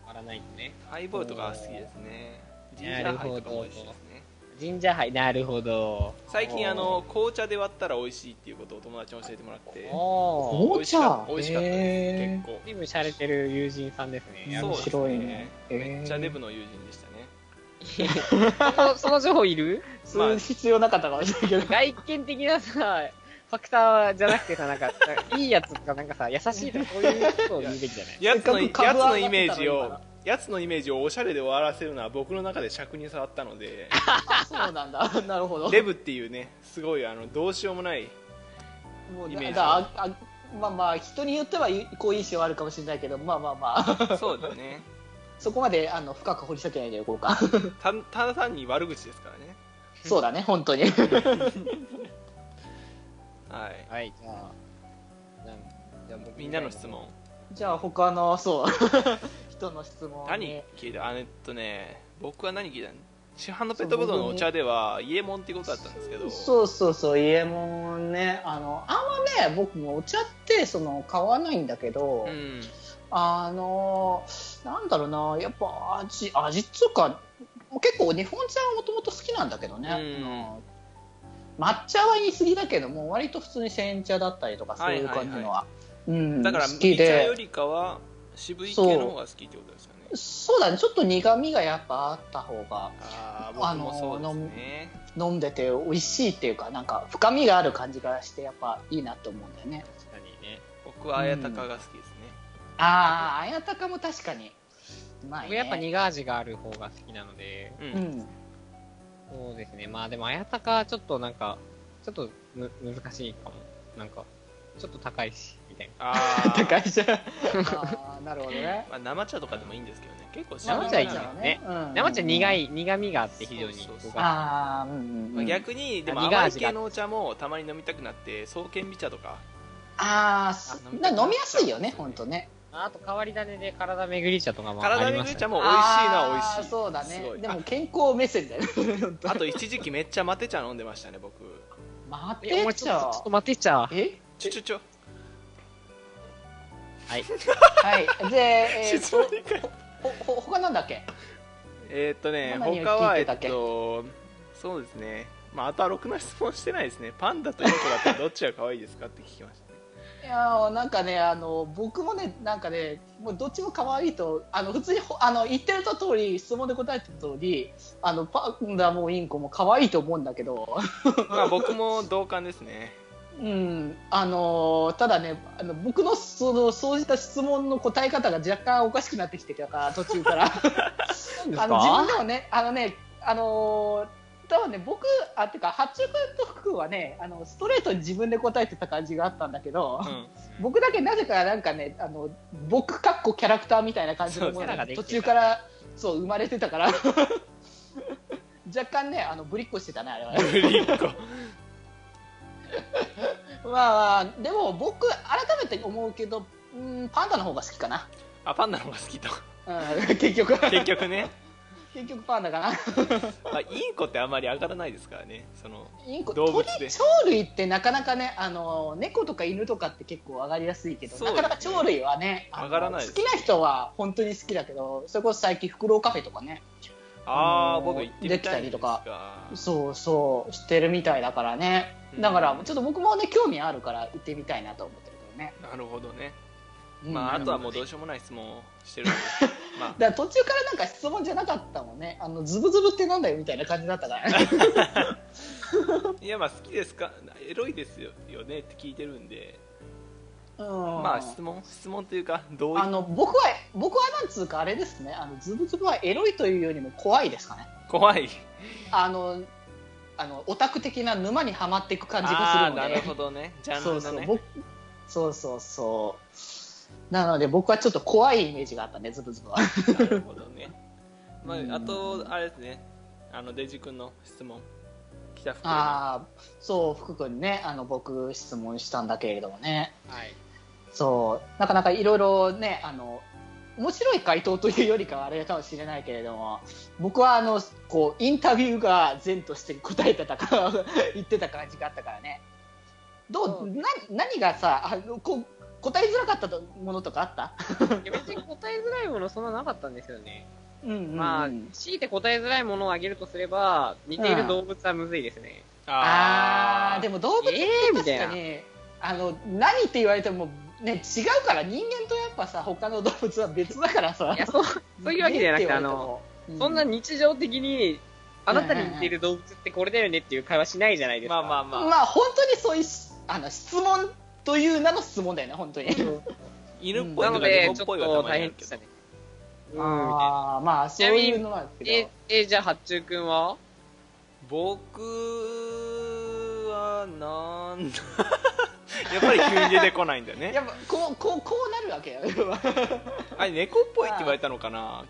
あ、割らないとね。ハイボールとかは好きですねジンジャーハイとかも美味しいですねジンジャーハイ、なるほど。最近あの紅茶で割ったら美味しいっていうことを友達に教えてもらってお紅ー。茶美味しかったへでーす随分洒落てる友人さんですね。結構面そ白うでいすねねめっちゃデブの友人でしたねそのその情報いるそれ必要なかったかもしれないけど外見的なさ、ファクターじゃなくてさ、なんか、 なんかいいやつとか、なんかさ、優しいとか、そういうことを言うべきじゃないやつのせやっつかく株上がのイメージってたのをやつのイメージをおしゃれで終わらせるのは僕の中で尺に触ったの であそうなんだ なるほどデブっていうねすごいあのどうしようも ないもうイメージだだああまあまあ人によってはい好印象あるかもしれないけどまあまあま あそうだねそこまであの深く掘り下げないでいこ うかたただ単に悪口ですからねそうだね本当にはいはい、じゃあ、じゃあ僕みんなの質問じゃあ他のそう 人の質問、ね、何聞いたあえっとね僕は何聞いたの市販のペットボトルのお茶ではイエモンってことだったんですけどそうそうそう伊右衛門ねあのあんまね僕もお茶ってその買わないんだけど、うんあのなんだろうなやっぱ味味っつうか結構日本茶はもともと好きなんだけどね、うんあの抹茶は言い過ぎだけども割と普通に煎茶だったりとかそういう感じのは,、うんだから好麦き茶よでりかは渋い系の方が好きってことですよねそうだねちょっと苦みがやっぱあった方があああ僕もそうですね飲んでて美味しいっていうかなんか深みがある感じがしてやっぱいいなと思うんだよね確かにね。僕は綾鷹が好きですね、ああ綾鷹も確かにうまい僕ねやっぱ苦味がある方が好きなので、うんうんそうですね。まあでも、あやたかはちょっとなんか、ちょっとむ難しいかも。なんか、ちょっと高いし、みたいな。ああ高いじゃんあーなるほど ねまあ、生茶とかでもいいんですけどね結構生茶はいいよねうん生茶苦い、苦味があって非常にそうそうそう僕はああうんうん、まうあ、ん、逆にでも苦味が甘い系のお茶もたまに飲みたくなって爽健美茶とかあああ飲みたくなっちゃう飲みやすいよね本当ねあと変わり種で体めぐり茶とかもあ体りにまぐいす茶ね。も美味しいのは美あ味ーしいそうだすごねいでも健康目線だよね本当ああと一時期めっちゃマテ茶飲んでましたね僕待いや、お前てちちょっゃとちょっと待てちゃ。えちょちょちょはいで、えー、質問でかいほほ他なんだっけえーっとね何を聞いて他はえたっけっとそうですねまああとはろくな質問してないですねパンダとインコだったらどっちが可愛いですかって聞きましたねいやーなんかねあの僕もねなんかねもうどっちも可愛いとあの普通にほあの言ってると通り質問で答えてる通りあのパンダもインコも可愛いと思うんだけど まあ僕も同感ですねうんあのーただねあの僕のそのそうした質問の答え方が若干おかしくなってきてたから途中からあの自分でもねあのねあのー多分ね僕あてか八中君と福君はねあのストレートに自分で答えてた感じがあったんだけど、うん僕だけなぜかなんかねあの僕かっこキャラクターみたいな感じのもそうのキャラがができ途てる中からそう生まれてたから若 若干ね、あの、ぶりっこしてたね、あれは ね。ぶりっ子まあまあ、でも僕、改めて思うけど、うん、パンダの方が好きかな。あパンダの方が好 きとうん、結 局、結局ね、結局パンダかな。まあ、インコってあんまり上がらないですからねそのインコ、動物で鳥、鳥類ってなかなかね、あの、猫とか犬とかって結構上がりやすいけど、そうですなかねなか鳥類はね、あの上がらないで好すきな人は本当に好きだけど、それこそ最近、フクロウカフェとかね、あああのー僕行ってみたいんですできたりとかがそうそう、知ってるみたいだからね。だから、ちょっと僕もね、興味あるから行ってみたいなと思ってるけどね。なるほどねうんまああとはなるほどもうどうしようもない質問をして るんでまだから途中からなんか質問じゃなかったもんね。あの、ズブズブってなんだよみたいな感じ だったからね。あいやまあ好きですかエロいですよねって聞いてるんでうん。まあ質問質問というかどういあの、僕は、僕はなんつうかあれですね。あの、ズブズブはエロいというよりも怖いですかね。怖いあの、あの、オタク的な沼にはまっていく感じあがあするなのるで。ほどねジャンルのそうねそう、僕、そうそうそう。なので僕はちょっと怖いイメージがあったね、ズブズブは。なるほど ね、まうんあ、あとあれですねあのデジ君の質問北福あああ、そう、福君ね、あの、僕質問したんだけれどもね。はい。そう、なかなかいろいろね、あの、面白い回答というよりかはあれかもしれないけれども、僕はあの、こう、インタビューが善として答えてたから、 言ってた感じがあったからね。どう、な、何がさ、あの、こう、答えづらかったとものとかあったいや別に答えづらいものそんななかったんですよね。うんうん、うん。まあ、強いて答えづらいものを挙げるとすれば、似ている動物はむずいですね。あー、でもも動物ってえーみ確たいかなに、あの、何って言われても、ね、違うから人間とやっぱさ、他の動物は別だからさい。や、そう、そういうわけじゃなくて、あの、そんなに、日常的に、あなたに似ている動物ってこれだよねっていう会話しないじゃないですまか。あまあまあ、まあ本当にそういうしあの質問という名の質問だよね本当にそう犬っぽいなとのかで、猫ちっょぽっいはとたま大にあ変るでけしどたね。うん。ああまあそういうのはあるけえど、え、じゃあ、八中くんは僕はなん やっぱり急に出てこないんだよね やっぱこうこうこうなるわけよ あれ猫っぽいって言われたのかな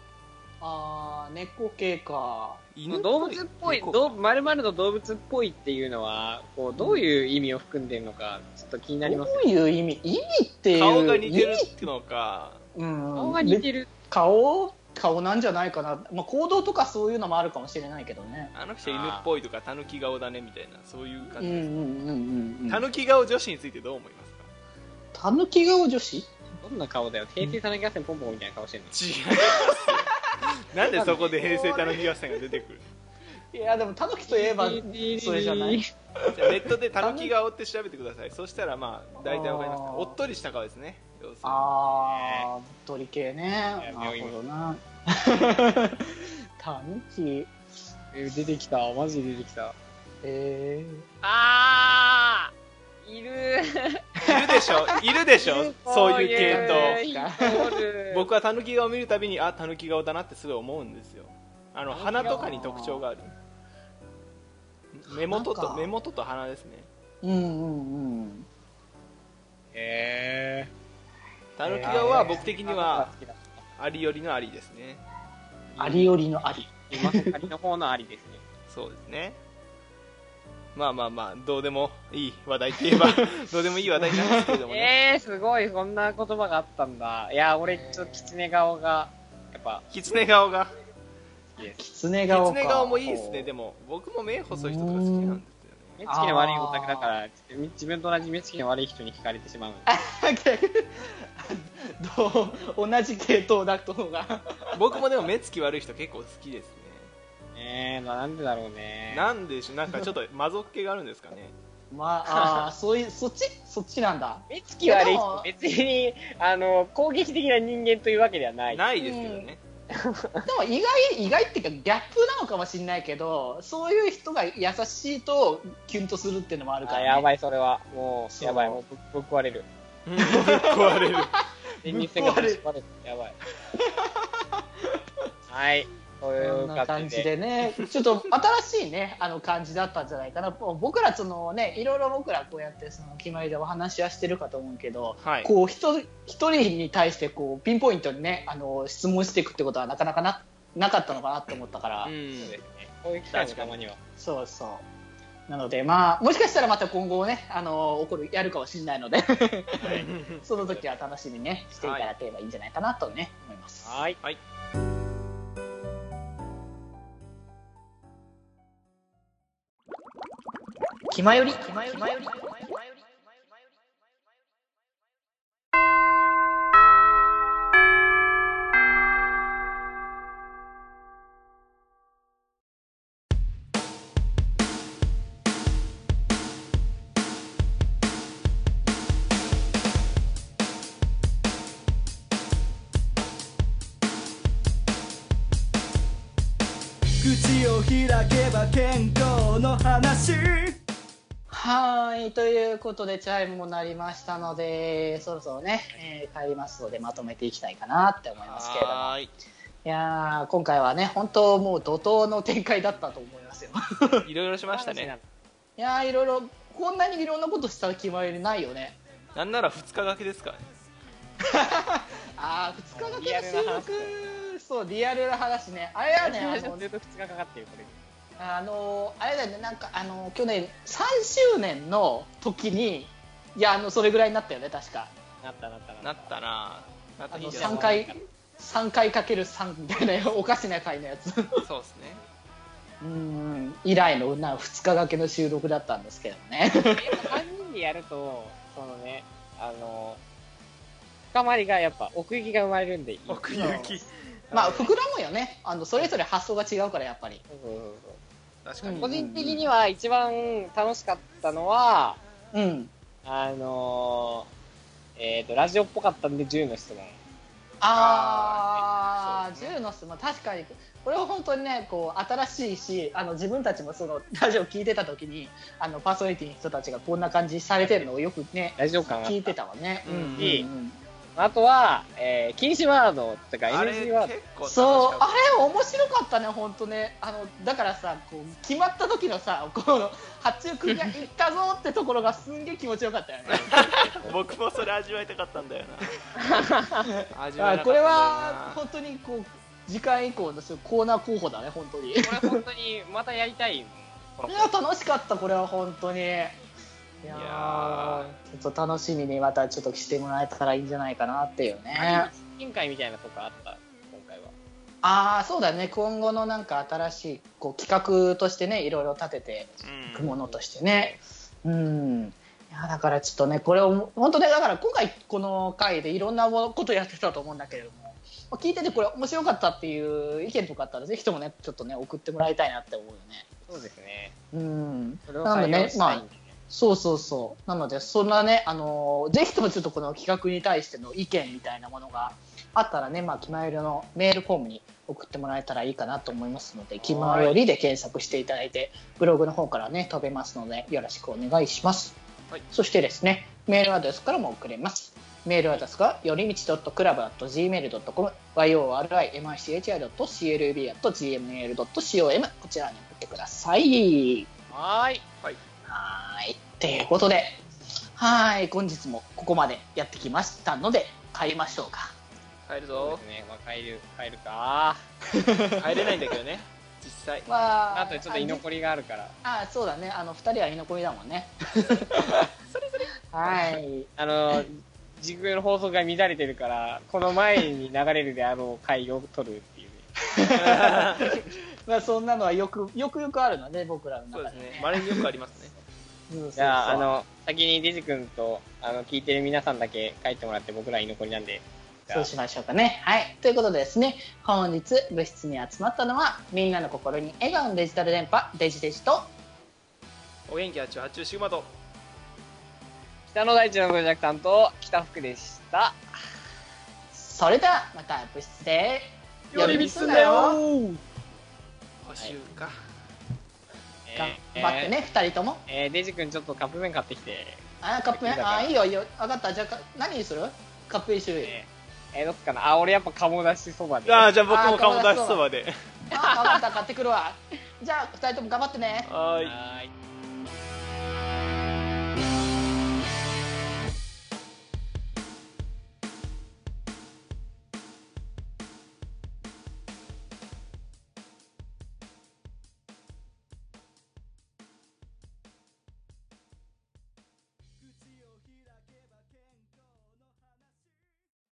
ああ猫系か犬っぽい動物っぽい、猫かどうまるまるの動物っぽいっていうのは、こう、どういう意味を含んでるのか、ちょっと気になりどます。ういう意味意味っていう顔が似て意る味っていうのかうん、顔が似るてる。顔顔なんじゃないかな、まあ、行動とかそういうのもあるかもしれないけどねあの人犬っぽいとか狸顔だねみたいなそういうう感んうじんです、うんうん狸顔女子についてどう思いますかたぬき顔女子どんな顔だよ。平成さなき合戦ポンポンみたいな顔してるの。違い ますなんでそこで平成たぬき合戦が出てくるいやでもたぬきといえばそれじゃないじゃあネットでたぬき顔って調べてくださいそしたらまあ大体わかりますあーおっとりした顔ですね要するにあー、鳥系ね。いやなるほどな。タヌキ。え出てきた。マジで出てきた。えあーいるいるでしょ いるでしょそういう系統系統。いる僕はたぬき顔を見るたびにあたぬき顔だなってすごい思うんですよあの狸鼻顔とかに特徴がある目元鼻とか目元と鼻ですねー。うんうんうん。へたぬき顔は僕的にはありよりのありですねありよりのあり。ー。まさかりの方のありです ね。そうですねまあまあまあどうでもいい話題って言え ばどうでもいい話題なんですけれどもねえー、すごい、そんな言葉があったんだ。いや、俺、ちょっと狐顔が、やっぱ、狐顔が好きです。狐顔か。狐顔もいいですねでも僕も目細い人とか好きなんですよね目つきの悪いオタクだから、自分と同じ目つきの悪い人に惹かれてしまう。 どう同じ系統だとが。僕もでも目つき悪い人結構好きですえー、なんでだろうねね。なんでしょうなんかちょっと 魔族系があるんですかねまあ、あーそういう、そっちそっちなんだ。目つき悪い人、別に、あの、攻撃的な人間というわけではない。ないですけどねでも意外、意外っていうかギャップなのかもしれないけど、そういう人が優しいとキュンとするっていうのもあるかあ、ら、ね。やばい、それは。もう、そうやばい、もうぶ、ぶっ壊れる。うんぶっ壊れる人間生活ぶっ壊れる。やばい。はい。こういこんうな感感じじで。でね、ちょっと新しいね、あの感じだったんじゃないかな。もう僕らそのね、いろいろ僕らこうやってその決まりでお話はしてるかと思うけど、はいこう一人一人に対してこうピンポイントにね、あの質問していくってことはなかなかななかったのかなって思ったから、うんそうですね。こういう機会もたまには。そうそう。なので、まあ、もしかしたらまた今後ね、あの起こる、やるかもしれないので、はい。その時は楽しみにね、していただければいいんじゃないかなとね、思います。はい。気まより、気まより、気まより。口を開けば健康の話はーい、ということで、チャイムも鳴りましたので、そろそろね、えー帰りますので、まとめていきたいかなって思いますけれども。はーいいやー、今回はね、本当もう怒涛の展開だったと思いますよ。いろいろしましたね。いやー、いろいろ、こんなにいろんなことした気前よりないよね。なんなら2日掛けですからねあー、2日だけのリアルな収話だ録、そう、リアルな話ね。あれだね、あ のずっと2日かかってる、これ。あのあれだよねなんかあの去年3周年の時にいやあのそれぐらいになったよね確かなったなったなった。なったななっあたの日じゃ3な三回3回かける3みたいなおかしな回の やつうそうですねーん以来のな2日掛けの収録だったんですけど ねやっぱ3人でやると、そのね、あの、深まりがやっぱ奥行きが生まれるんでいい。そう奥行きまあ膨らむよねあのそれぞれ発想が違うからやっぱりそうそうそう確かうにん個人的には一番楽しかったのは、うんあのー、えっ、と、ラジオっぽかったんで10の質問。ああーあ、そう銃の質問、確かに、これは本当にね、こう新しいし、あの自分たちもそのラジオ聞いてた時に、あのパーソナリティの人たちがこんな感じされてるのをよくね、ラジオ感があ聞いってた。たわね。うんうんいいうんあとは、えー禁止ワードとかあれ NG 結ワード。構楽しそう、かあれ面白かったね、本当ね、あのだからさ、こう決まった時のさ、この八中君が行ったぞってところがすんげえ気持ちよかったよね。った僕もそれ味わいたかったんだよな味わいたかったんだあよなこれは本当にこう次回以降のコーナー候補だね、本当に。これ本当にまたやり たいもん。こいのや楽しかったこれは本当にいやーいやちょっと楽しみにまたちょっとしてもらえたらいいんじゃないかなっていうね委員会みたいなとこあった、今回は。ああそうだね今後のなんか新しいこう企画としてねいろいろ立てていくうんものとしてねうんいやーだからちょっとねこれを本当ねだから今回この回でいろんなことやってたと思うんだけれどもまあ聞いててこれ面白かったっていう意見とかあったらぜひともねちょっとね送ってもらいたいなって思うよねそうですね。うんそれをなの採でね用したいんでね。そうそうそう。なので、そんなね、あのーぜひともちょっとこの企画に対しての意見みたいなものがあったらね、まあ、気まよりのメールフォームに送ってもらえたらいいかなと思いますので、気まよりで検索していただいて、ブログの方からね、飛べますので、よろしくお願いします。はいそしてですね、メールアドレスからも送れます。メールアドレスが、よりみち .club.gmail.com、yorimichi.club.gmail.com、こちらに送ってください。はーい。はーい。ということで、はーい。本日もここまでやってきましたので、帰りましょうか。帰るそうぞですね。まあ、帰る、帰るか。帰れないんだけどね実際まあとちょっと居残りがあるから。あ、あそうだね。あの、二人は居残りだもんね。はい。あの、時空の法則が乱れてるから、この前に流れるであろう回を取るっていうね。まあ、そんなのはよく、よくよくあるのね、僕らのそう中でですね。ねまれによくありますねそうそうそうじゃあ、あ、の、先にデジ君と、あの、聞いてる皆さんだけ書いてもらって、僕ら居残りなんで。じゃそあうしましょうかね。はい。ということでですね、本日部室に集まったのは、みんなの心に笑顔のデジタル電波、デジデジと、お元気あっちゅう八中シグマと北の大地のご弱担当、北福でした。それではまた部室で、より見すんだよ補修か頑張ってね、二人とも。えー。えーデジ君ちょっとカップ麺買ってきて、あカップ麺だからあいいよいいよ分かったじゃあか何にするカップ麺種類えーえーどうすっかな。あ、俺やっぱ鴨だしそばで。ああじゃあ僕あもー鴨出しそばであ分かった買ってくるわじゃあ二人とも頑張ってねはーいはーい。